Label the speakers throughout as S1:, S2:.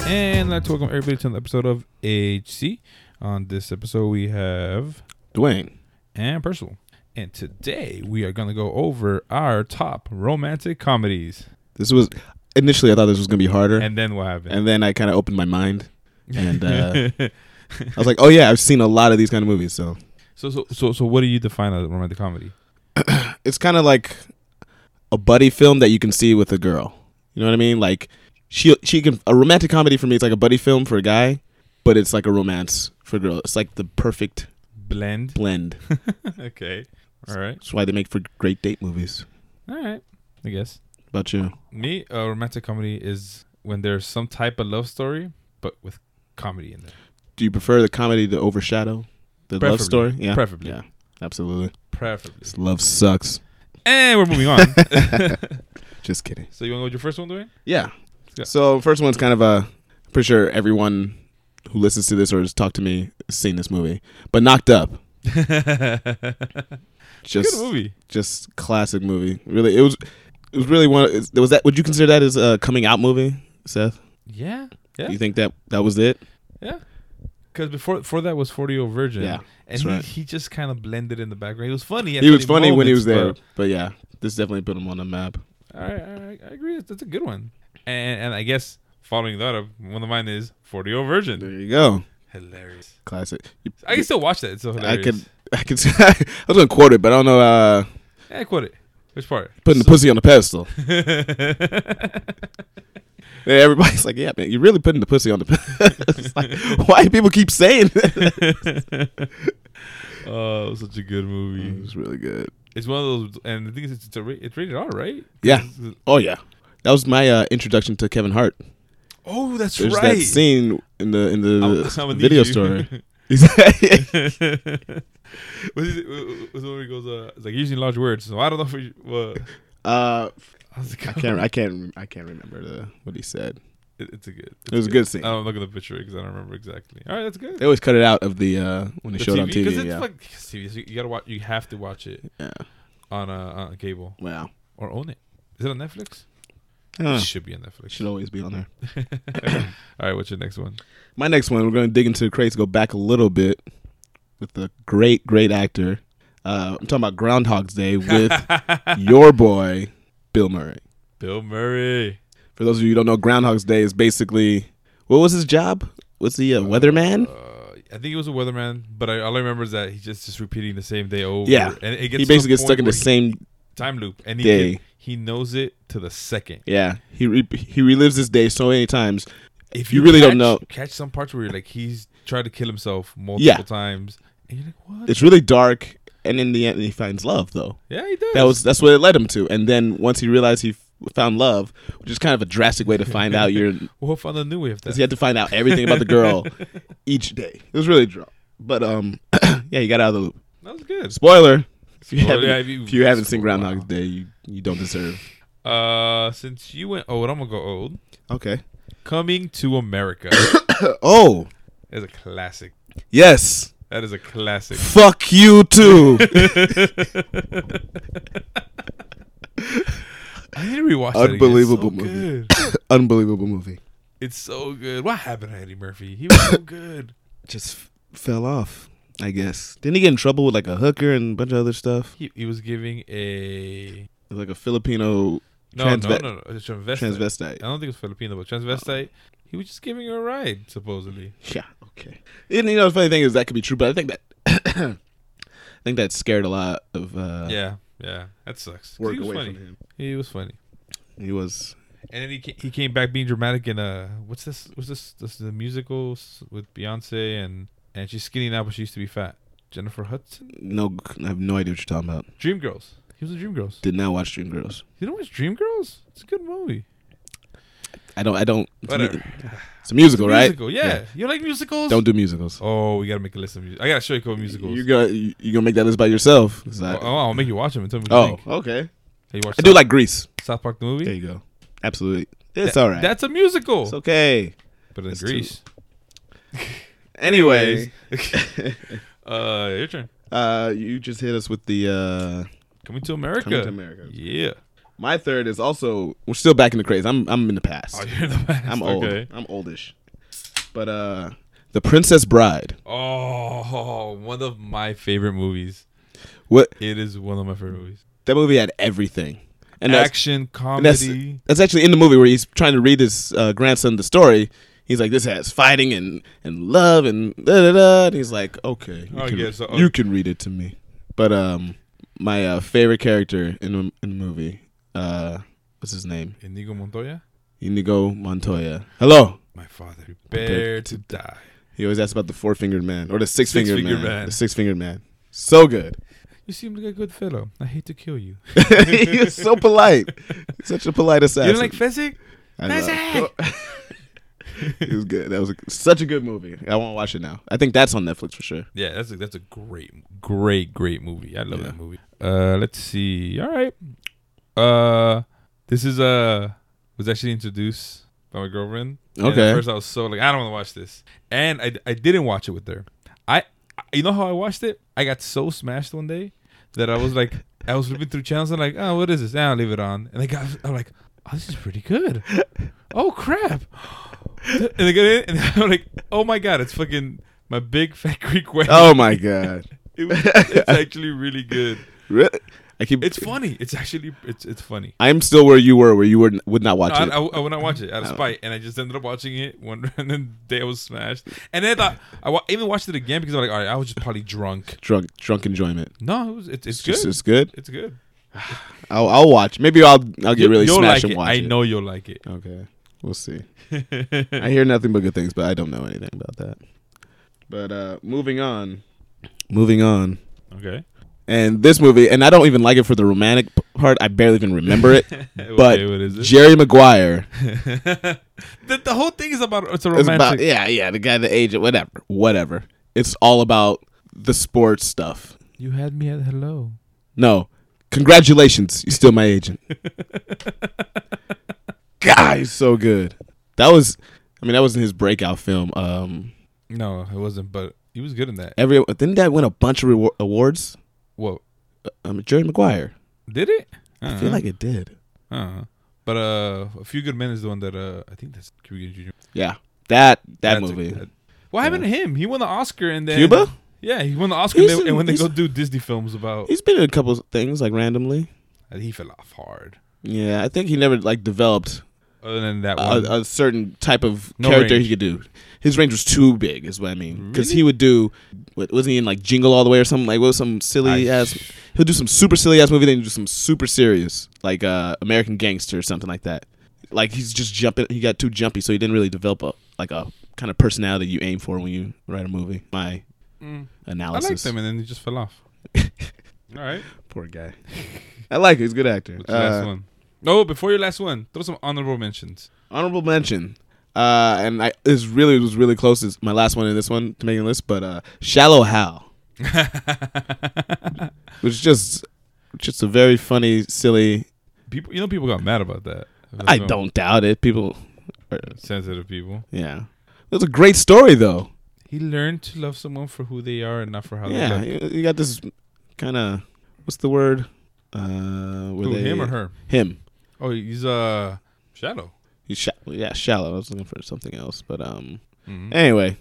S1: and like to welcome everybody to another episode of HC. On this episode, we have
S2: Dwayne.
S1: and Percival, and today we are gonna go over our top romantic comedies,
S2: This was initially I thought this was gonna be harder, and,
S1: and then what happened?
S2: then I kind of opened my mind. and, uh, I was like, oh yeah, I've seen a lot of these kind of movies, so
S1: so so so so, what do you define as a romantic comedy?
S2: it's kind of like a buddy film that you can see with a girl. You know what I mean? Like she she can a romantic comedy for me. It's like a buddy film for a guy, but it's like a romance for a girl. It's like the perfect
S1: Blend.
S2: blend.
S1: Okay. All right.
S2: That's why they make for great date movies.
S1: All right. I guess.
S2: About you?
S1: Me, a romantic comedy is when there's some type of love story, but with comedy in there.
S2: Do you prefer the comedy to overshadow the love
S1: Preferably.
S2: story? Yeah,
S1: Preferably.
S2: yeah, absolutely.
S1: Preferably.
S2: 'Cause Love sucks.
S1: And we're moving on.
S2: Just kidding.
S1: so you want to go with your first one, Dwayne?
S2: Yeah.
S1: Yeah.
S2: So first one's kind of a I'm pretty sure everyone who listens to this or has talked to me has seen this movie. But Knocked Up. Just
S1: Good movie.
S2: just classic movie. Really it was it was really one it's- was that would you consider that as a coming out movie, Seth?
S1: Yeah. Yeah.
S2: Do you think that that was it?
S1: Because before before that was 40 Year Old Virgin.
S2: Yeah,
S1: And
S2: that's
S1: he,
S2: right.
S1: he just kind of blended in the background. He was funny. at
S2: He was
S1: certain
S2: funny when he was there.
S1: moments,
S2: But, yeah, this definitely put him on the map.
S1: but- All right, all right. I agree. That's, that's a good one. And and I guess following that up, one of mine is 40 Year Old
S2: There
S1: Virgin.
S2: you go.
S1: Hilarious.
S2: Classic. You-
S1: I can still watch that. It's so
S2: I
S1: hilarious.
S2: could I could I was gonna quote it, but I don't know uh
S1: Yeah, quote it. Which part?
S2: putting the pussy on the pedestal.
S1: pussy.
S2: And everybody's like, "Yeah, man, you're really putting the pussy on the." it's like, why do people keep saying that?
S1: oh, it was such a good
S2: It
S1: movie.
S2: was really good.
S1: It's one of those, and the thing is, it's, a ra- it's rated R, right?
S2: Yeah. Oh yeah, that was my uh, introduction to Kevin Hart.
S1: Oh, that's
S2: There's
S1: right.
S2: that scene in the in the
S1: I'm- I'm gonna need
S2: video
S1: you.
S2: store. He's-
S1: was it, was it when he goes, uh, it's like using large words, so I don't know if we, what.
S2: uh,
S1: I was like,
S2: I can't. I can't. I can't remember the, what he said.
S1: It, it's a good.
S2: It was a good Uh, scene.
S1: I'm not gonna picture it because I don't remember exactly. All right, that's good.
S2: They always cut it out of the uh, when they
S1: The
S2: showed it on
S1: because
S2: TV.
S1: it's
S2: Yeah.
S1: like TV, so you gotta watch. You have to watch it
S2: yeah.
S1: on a uh, on cable
S2: Wow.
S1: or own it. Is it on Netflix?
S2: I don't know.
S1: It should be on Netflix.
S2: Should always be on there.
S1: All right, what's your next one?
S2: My next one, we're going to dig into the crates, go back a little bit with the great, great actor. Uh, I'm talking about Groundhog's Day with your boy, Bill Murray.
S1: Bill Murray.
S2: For those of you who don't know, Groundhog's Day is basically what was his job? Was he a weatherman?
S1: Uh, I think he was a weatherman, but I, all I remember is that he's just just repeating the same day over.
S2: Yeah.
S1: and it gets to
S2: He
S1: the
S2: basically gets
S1: point
S2: stuck in
S1: where
S2: the same.
S1: he- time loop, and he
S2: day.
S1: get- he knows it to the second.
S2: Yeah, he re- he relives his day so many times.
S1: If
S2: You really
S1: catch,
S2: don't know.
S1: catch some parts where you're like he's tried to kill himself multiple
S2: Yeah.
S1: times, and you're like, what?
S2: It's really dark, and in the end, he finds love though.
S1: yeah, he does.
S2: That was that's what it led him to. And then once he realized he f- found love, which is kind of a drastic way to find out your
S1: we'll find a new way of that.
S2: because he had to find out everything about the girl each day. It was really drunk. But um, yeah, he got out of the loop.
S1: That was good.
S2: Spoiler: If you
S1: Spoiler,
S2: haven't,
S1: yeah,
S2: if
S1: if
S2: you,
S1: you-
S2: haven't seen
S1: Wow.
S2: Groundhog's Day, you, you don't deserve.
S1: Uh, since you went old, I'm gonna go old.
S2: Okay.
S1: Coming to America
S2: Oh
S1: is a classic.
S2: yes,
S1: That is a classic.
S2: fuck you too.
S1: I need to rewatch that. again. It's
S2: Unbelievable
S1: so
S2: movie.
S1: good.
S2: Unbelievable movie.
S1: It's so good. What happened to Eddie Murphy? He was so good.
S2: Just f- fell off. I guess. Didn't he get in trouble with like a hooker and a bunch of other stuff?
S1: He, he was giving a
S2: It was like a Filipino
S1: no, no,
S2: Transve-
S1: no, no, a transvestite. I
S2: transvestite.
S1: don't think it was Filipino, but transvestite. He was just giving her a ride, supposedly.
S2: Yeah. Okay. And you know the funny thing is that could be true, but I think that I think that scared a lot of uh,
S1: yeah, yeah, that sucks. 'Cause
S2: work
S1: he was
S2: away
S1: funny.
S2: from him.
S1: He was funny,
S2: He was
S1: and then he came, he came back being dramatic in uh what's this? What's this? This is the musical s- with Beyonce and and she's skinny now, but she used to be fat. Jennifer Hudson,
S2: no. I have no idea what you're talking about.
S1: Dreamgirls. He was in Dreamgirls.
S2: Did not watch Dreamgirls.
S1: You know what's Dreamgirls? It's a good movie.
S2: I don't. I don't. It's, a mu-
S1: Whatever.
S2: it's a musical, right?
S1: Musical, yeah. You like musicals?
S2: Don't do musicals.
S1: Oh, we gotta make a list of music. I gotta show you a couple musicals.
S2: You're gonna you you gonna make that list by yourself. Is
S1: oh,
S2: that-
S1: oh, I'll make you watch them and tell me what you
S2: oh,
S1: think.
S2: okay.
S1: Have you watched
S2: I
S1: South,
S2: do like Grease.
S1: South Park the movie?
S2: There you go. Absolutely. It's
S1: That-
S2: all right.
S1: That's a musical.
S2: it's okay.
S1: but in
S2: that's
S1: Greece.
S2: Anyways,
S1: Uh, your turn.
S2: uh, you just hit us with the uh,
S1: Coming to America.
S2: Coming to America.
S1: Yeah.
S2: My third is also we're still back in the craze. Oh, I'm I'm in the past.
S1: Oh, you're in the past.
S2: I'm old.
S1: okay.
S2: I'm oldish. But uh, The Princess Bride.
S1: Oh, one of my favorite movies.
S2: What
S1: It is one of my favorite movies.
S2: that movie had everything, and that's,
S1: Action,
S2: and that's
S1: comedy.
S2: that's actually in the movie where he's trying to read his uh, grandson the story. He's like, "This has fighting and and love and da da da." And he's like, "Okay, you,
S1: Oh,
S2: can,
S1: yeah, so- oh.
S2: you can read it to me." But um, my uh, favorite character in the, in the movie, uh, what's his name?
S1: Inigo Montoya.
S2: Inigo Montoya. Hello.
S1: My father. Prepare to die.
S2: He always asks about the four fingered man or the six fingered
S1: Six-fingered
S2: man.
S1: man.
S2: The six fingered man. So good.
S1: You seem like a good fellow. I hate to kill you.
S2: he was so polite. He's such a polite
S1: You
S2: assassin.
S1: don't like Fezzik?
S2: I know.
S1: Fezzik!
S2: it was good. That was a, such a good movie. I want to watch it now. I think that's on Netflix for sure.
S1: Yeah, that's a, that's a great, great, great movie. I love
S2: Yeah.
S1: that movie. Uh, let's see. All right. Uh, this is uh was actually introduced by my girlfriend. And at
S2: Okay.
S1: first, I was so like, I don't want to watch this, and I, I didn't watch it with her. I, I- you know how I watched it? I got so smashed one day that I was like, I was flipping through channels and like, oh, what is this? And I'll leave it on. And I got, I'm like, oh, this is pretty good. Oh crap! and I get in, and I'm like, oh my god, it's fucking my big fat Greek wedding.
S2: Oh my god.
S1: It was, it's actually really good.
S2: Really? I keep.
S1: It's funny. It's actually it's it's funny.
S2: I'm still where you were, where you were, would not watch
S1: I,
S2: it. Oh.
S1: I, I would not watch it out of
S2: I-
S1: spite, and I just ended up watching it one, and then the day I was smashed, and then I thought I wa- even watched it again because I'm like, all right, I was just probably drunk.
S2: drunk, drunk enjoyment.
S1: No, it was, it's it's
S2: It's
S1: good.
S2: just- it's good.
S1: It's good.
S2: I'll, I'll watch. Maybe I'll I'll get really
S1: You'll like
S2: smashed and
S1: it.
S2: watch
S1: I
S2: it.
S1: know you'll like it.
S2: Okay, we'll see. I hear nothing but good things, but I don't know anything about that. But uh moving on, moving on.
S1: Okay.
S2: And this movie, and I don't even like it for the romantic p- part. I barely even remember it. But
S1: okay, what is it?
S2: Jerry Maguire
S1: the, the whole thing is about it's a
S2: is
S1: romantic.
S2: about yeah, yeah, the guy, the agent, whatever, whatever. It's all about the sports stuff.
S1: you had me at hello.
S2: No, congratulations, you're still my agent. God, he's so good. That was, I mean, that wasn't his breakout film. Um,
S1: No, it wasn't. But he was good in that.
S2: every didn't that win a bunch of rewar- awards?
S1: What
S2: Um, Jerry Maguire.
S1: did it?
S2: I feel like it did.
S1: Uh-huh. But uh, A Few Good Men is the one that uh, I think that's Cuba Gooding Jr.
S2: Yeah, that that
S1: That's a-
S2: movie.
S1: that- what happened to him? He won the Oscar and then
S2: Cuba?
S1: Yeah, he won the Oscar
S2: He's
S1: and, they, and when they
S2: in-
S1: go do Disney films about, uh,
S2: He's been in a couple of things like randomly.
S1: he fell off hard.
S2: Yeah, I think he never like developed
S1: Other than that one,
S2: a, a certain type of
S1: Um, No
S2: character
S1: range.
S2: he could do. His range was too big, is what I mean. Because he would do, what, wasn't he in like Jingle All the Way or something? Like, what was some silly
S1: I-
S2: ass? He'll do some super silly ass movie, then he'll do some super serious, like uh, American Gangster or something like that. Like he's just jumping. He got too jumpy, so he didn't really develop a like a kind of personality you aim for when you write a movie. My
S1: Mm. I liked
S2: analysis.
S1: him and then he just fell off. All right,
S2: Poor guy. I like him. He's a good actor.
S1: what's your last
S2: Uh,
S1: one? Oh, before your last one, throw some honorable mentions.
S2: honorable mention uh and i is really was really close is my last one and this one to making a list but uh shallow hal which is just just a very funny silly
S1: People, you know, people got mad about that.
S2: i don't doubt it people
S1: sensitive people.
S2: yeah it was a great story though
S1: He learned to love someone for who they are and not for how they
S2: yeah
S1: look.
S2: you, you got this kind of what's the word uh were
S1: Who,
S2: they
S1: him or her?
S2: him
S1: Oh, he's uh shadow.
S2: He's sha- yeah shallow i was looking for something else but um
S1: Mhm.
S2: anyway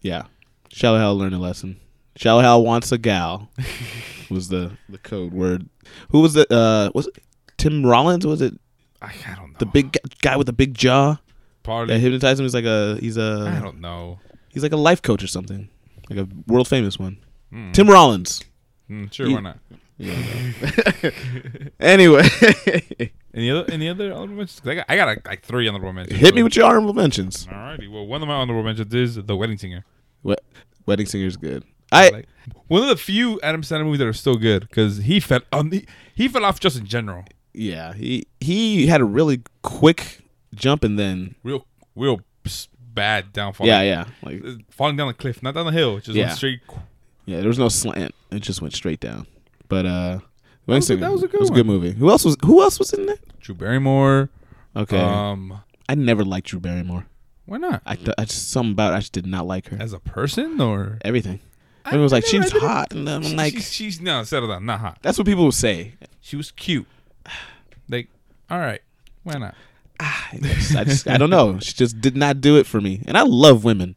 S2: yeah shallow hal learned a lesson shallow hal wants a gal was the the code word. Who was the uh was it Tim Rollins? Was it
S1: I, I don't know.
S2: the big gu- guy with the big jaw that uh,
S1: party.
S2: hypnotized him? He's like a he's
S1: I
S2: a
S1: don't know.
S2: he's like a life coach or something, like a world famous one.
S1: Mm.
S2: Tim Rollins.
S1: Mm, sure,
S2: you-
S1: why not?
S2: Anyway,
S1: Any other any other honorable mentions? 'Cause I got, I got like, like three honorable mentions.
S2: hit me with your honorable mentions.
S1: Alrighty. Well, one of my honorable mentions is The Wedding Singer.
S2: What wedding singer's good. I
S1: like one of the few Adam Sandler movies that are still good because he fell on the he fell off just in general.
S2: yeah he he had a really quick jump and then
S1: Real real s- bad downfall.
S2: yeah yeah like
S1: Uh, Falling down a cliff, not down the hill, just
S2: Yeah.
S1: on straight. qu-
S2: Yeah, there was no slant. It just went straight down. But uh
S1: That was a-
S2: Wingstinger-
S1: that was a good
S2: it was a good movie. Who else was who else was in there?
S1: Drew Barrymore.
S2: Okay.
S1: Um,
S2: I never liked Drew Barrymore.
S1: why not?
S2: I, th- I just something about it, I just did not like her.
S1: As a person or
S2: Everything. Everyone was like, she was hot and I'm
S1: She-
S2: like
S1: she's, she's no settle down, not hot.
S2: that's what people would say.
S1: She was cute. Like, all right, why not?
S2: ah, I, just, I just I don't know. She just did not do it for me, and I love women.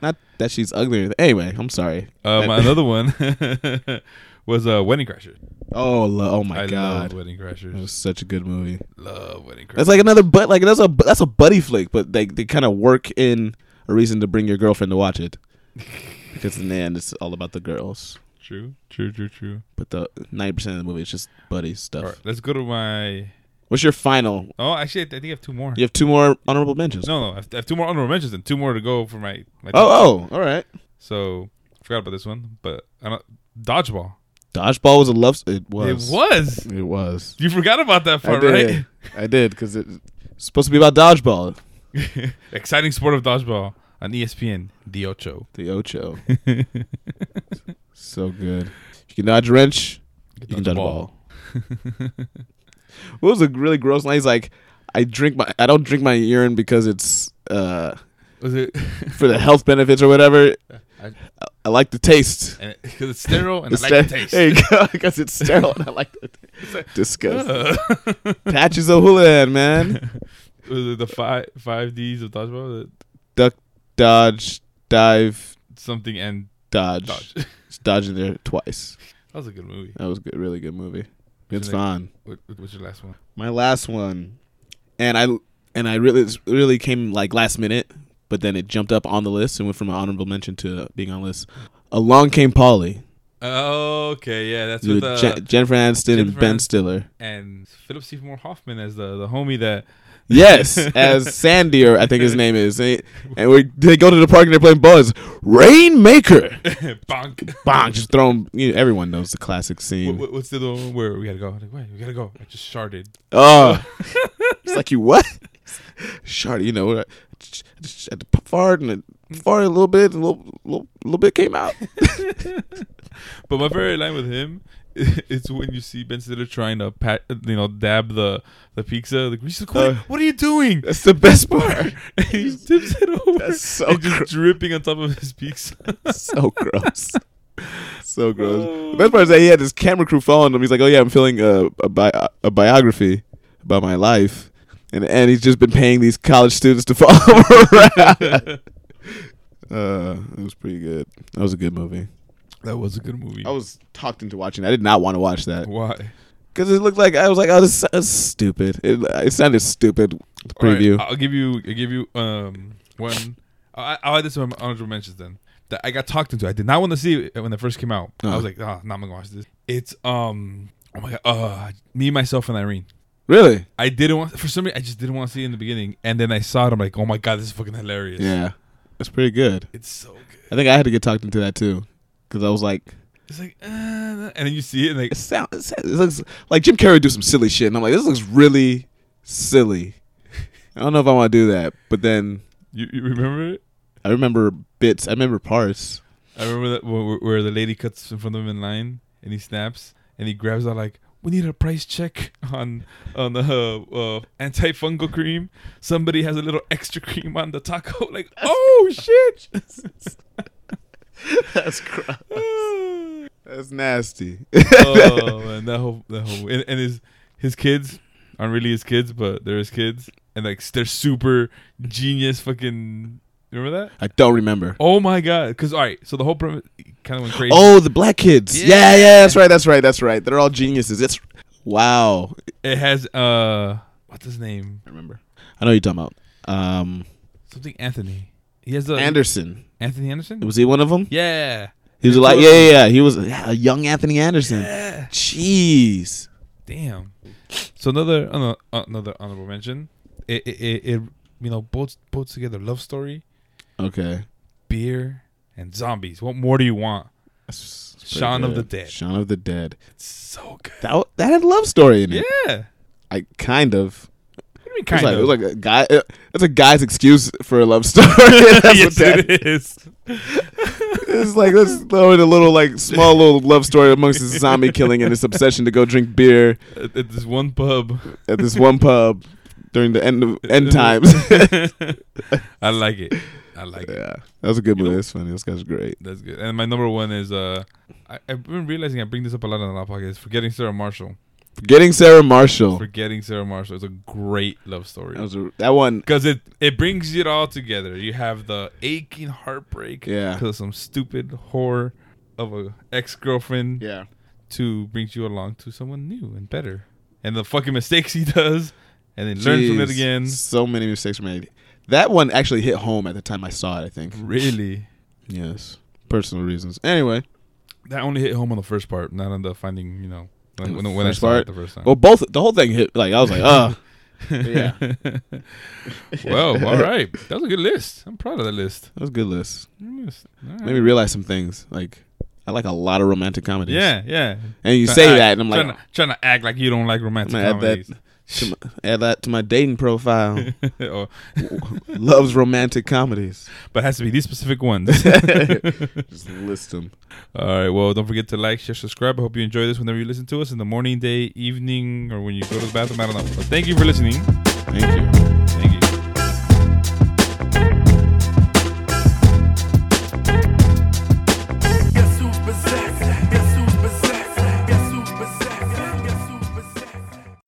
S2: Not that she's ugly. Anyway, I'm sorry.
S1: Um, another one was uh, Wedding Crashers.
S2: Oh, lo- oh my
S1: I
S2: god,
S1: love Wedding Crashers.
S2: it was such a good movie.
S1: Love Wedding Crashers.
S2: That's like another but like that's a that's a buddy flick, but they they kind of work in a reason to bring your girlfriend to watch it because in the end it's all about the girls.
S1: true, true, true, true.
S2: But the ninety percent of the movie is just buddy stuff.
S1: All right, let's go to my.
S2: What's your final?
S1: Oh, actually, I think I have two more.
S2: You have two more honorable mentions.
S1: No, no, I have, I have two more honorable mentions and two more to go for my. my
S2: Oh, oh, all right.
S1: So I forgot about this one, but I don't, Dodgeball.
S2: Dodgeball was a love. s- It was.
S1: It was.
S2: It was.
S1: You forgot about that
S2: I
S1: part,
S2: did. I did because it's supposed to be about dodgeball.
S1: right? Exciting sport of dodgeball on E ESPN. The Ocho.
S2: The Ocho. so good. If you can dodge a wrench, you can dodge a ball. what was a really gross line? He's like, I drink my, I don't drink my urine because it's uh
S1: Was it?
S2: for the health benefits or whatever. I,
S1: I-
S2: I like the taste.
S1: Because it's sterile and
S2: It's
S1: I like the
S2: ster-
S1: taste.
S2: There you go, because it's sterile. and I like the disgusting.
S1: Uh,
S2: Patches of Hulan, man.
S1: was it the five five D's of dodgeball?
S2: Duck, dodge, dive,
S1: The- Something and
S2: dodge.
S1: dodge.
S2: dodge.
S1: that
S2: Just dodging there twice.
S1: was a good movie.
S2: That was a good, really good movie.
S1: What's
S2: It's
S1: your next-
S2: fun.
S1: What, what's your last one?
S2: My last one, and I and I really it's really came like last minute, but then it jumped up on the list and went from an honorable mention to being on the list. Along Came Polly
S1: Okay, yeah, that's
S2: with
S1: with uh,
S2: Je- Jennifer Aniston and
S1: Jennifer
S2: Ben
S1: Aniston.
S2: Stiller.
S1: and Philip Seymour Hoffman as the the homie that
S2: Yes, as Sandy or I think his name is, and and we they go to the park and they're playing buzz. Rainmaker,
S1: bonk.
S2: bang, just throw 'em- You know, everyone knows the classic
S1: What,
S2: scene.
S1: what- what's the other one where we gotta go? Like, wait, we gotta go. I just sharded.
S2: Oh, it's like you what? Shorty, you know, I just I just had to p- fart and I farted a little bit, and a little, little, little bit came out.
S1: But my favorite line with him, it's when you see Ben Stiller trying to pat, you know, dab the the pizza. Like, he's like, what,
S2: Uh,
S1: what are you doing?
S2: That's the best part.
S1: And he tips it over.
S2: That's so
S1: and just
S2: gro-
S1: dripping on top of his pizza.
S2: so gross. So gross. The best part is that he had his camera crew following him. He's like, "Oh yeah, I'm filming a a, bi- a biography about my life," and and he's just been paying these college students to follow him around. Uh, it was pretty good. That was a good movie.
S1: That was a good movie.
S2: I was talked into watching. it. I did not want to watch that
S1: Why?
S2: because it looked like I was like, "Oh, this is stupid." It, it sounded stupid. The
S1: All right,
S2: preview.
S1: I'll give you. I'll give you um one. I, I'll add this to my honorable mentions then. That I got talked into. I did not want to see it when it first came out. I
S2: Uh-huh.
S1: was like, oh, no, I'm gonna watch this. It's um. Oh my god. Uh, me, myself, and Irene.
S2: really?
S1: I didn't want for some reason. I just didn't want to see it in the beginning, and then I saw it. I'm like, oh my god, this is fucking hilarious.
S2: Yeah, that's pretty good.
S1: It's so good.
S2: I think I had to get talked into that too because I was like.
S1: It's like, uh, and then you see it, and like,
S2: it sounds it sounds- it looks like Jim Carrey do some silly shit, and I'm like, this looks really silly. I don't know if I want to do that, but then
S1: you, you remember it?
S2: I remember bits. I remember parts.
S1: I remember that where, where the lady cuts in front of him in line, and he snaps, and he grabs out like, "We need a price check on on the uh, uh, antifungal cream. Somebody has a little extra cream on the taco. Like, oh shit,
S2: That's gross.
S1: oh
S2: That's nasty.
S1: man, that whole that whole and, and his his kids aren't really his kids, but they're his kids, and like they're super genius fucking. Remember that?
S2: I don't remember.
S1: Oh my god! Because all right, so the whole premise kind of went crazy.
S2: Oh, the black kids. Yeah. yeah,
S1: Yeah.
S2: that's right, that's right, that's right. They're all geniuses. It's wow.
S1: It has uh, what's his name?
S2: I remember. I know who you're talking about. Um,
S1: Something Anthony. He has a
S2: Anderson
S1: Anthony Anderson.
S2: was he one of them?
S1: Yeah.
S2: He was like, yeah, yeah, yeah. He was yeah, a young Anthony Anderson.
S1: Yeah.
S2: Jeez.
S1: Damn. So another ano- another honorable mention. It it, it, it you know both both together love story,
S2: Okay.
S1: beer, and zombies. What more do you want?
S2: That's pretty
S1: Shaun of
S2: good.
S1: the Dead.
S2: Shaun of the Dead.
S1: It's so good.
S2: That wa- that had a love story in it.
S1: Yeah.
S2: I kind of.
S1: What do you mean
S2: It was
S1: kind
S2: like-
S1: of?
S2: It was like a guy. It, it's a guy's excuse for a love story. That's
S1: yes,
S2: what that,
S1: it is.
S2: it's like let's throw in a little like small little love story amongst his zombie killing and his obsession to go drink beer
S1: At, at this one pub.
S2: at this one pub during the end of end times.
S1: I like it. I like it.
S2: yeah, that was a good
S1: You know-
S2: movie. That's funny. This guy's great.
S1: That's good. And my number one is uh, I, I've been realizing I bring this up a lot on the podcast. Forgetting Sarah Marshall.
S2: Getting Sarah Marshall.
S1: Forgetting Sarah Marshall is a great love story.
S2: Oh. That, was a, that one.
S1: Because it, it brings it all together. You have the aching heartbreak
S2: Yeah.
S1: because some stupid horror of a ex girlfriend
S2: Yeah.
S1: to brings you along to someone new and better. And the fucking mistakes he does and then learns from it
S2: Jeez,
S1: again.
S2: So many mistakes were made. That one actually hit home at the time I saw it. I think.
S1: Really?
S2: Yes. Personal reasons. Anyway.
S1: That only hit home on the first part, not on the finding, you know, when,
S2: The
S1: when, when I
S2: first
S1: saw
S2: part? Oh,
S1: it the first time.
S2: Well, both the whole thing hit. Like I was like, uh yeah.
S1: well, all right. That was a good list. I'm proud of that list.
S2: that was a good list.
S1: Good list. All right.
S2: Made me realize some things. Like I like a lot of romantic comedies.
S1: Yeah, yeah.
S2: And you
S1: Tryna
S2: say
S1: act-
S2: that, and I'm like,
S1: tryna, tryna act like you don't like romantic
S2: I'm gonna add
S1: comedies.
S2: to my, add that to my dating profile.
S1: Or-
S2: Loves romantic comedies.
S1: but it has to be these specific ones.
S2: Just list them.
S1: All right. Well, don't forget to like, share, subscribe. I hope you enjoy this whenever you listen to us in the morning, day, evening, or when you go to the bathroom. I don't know. But thank you for listening.
S2: Thank you.
S1: Thank you.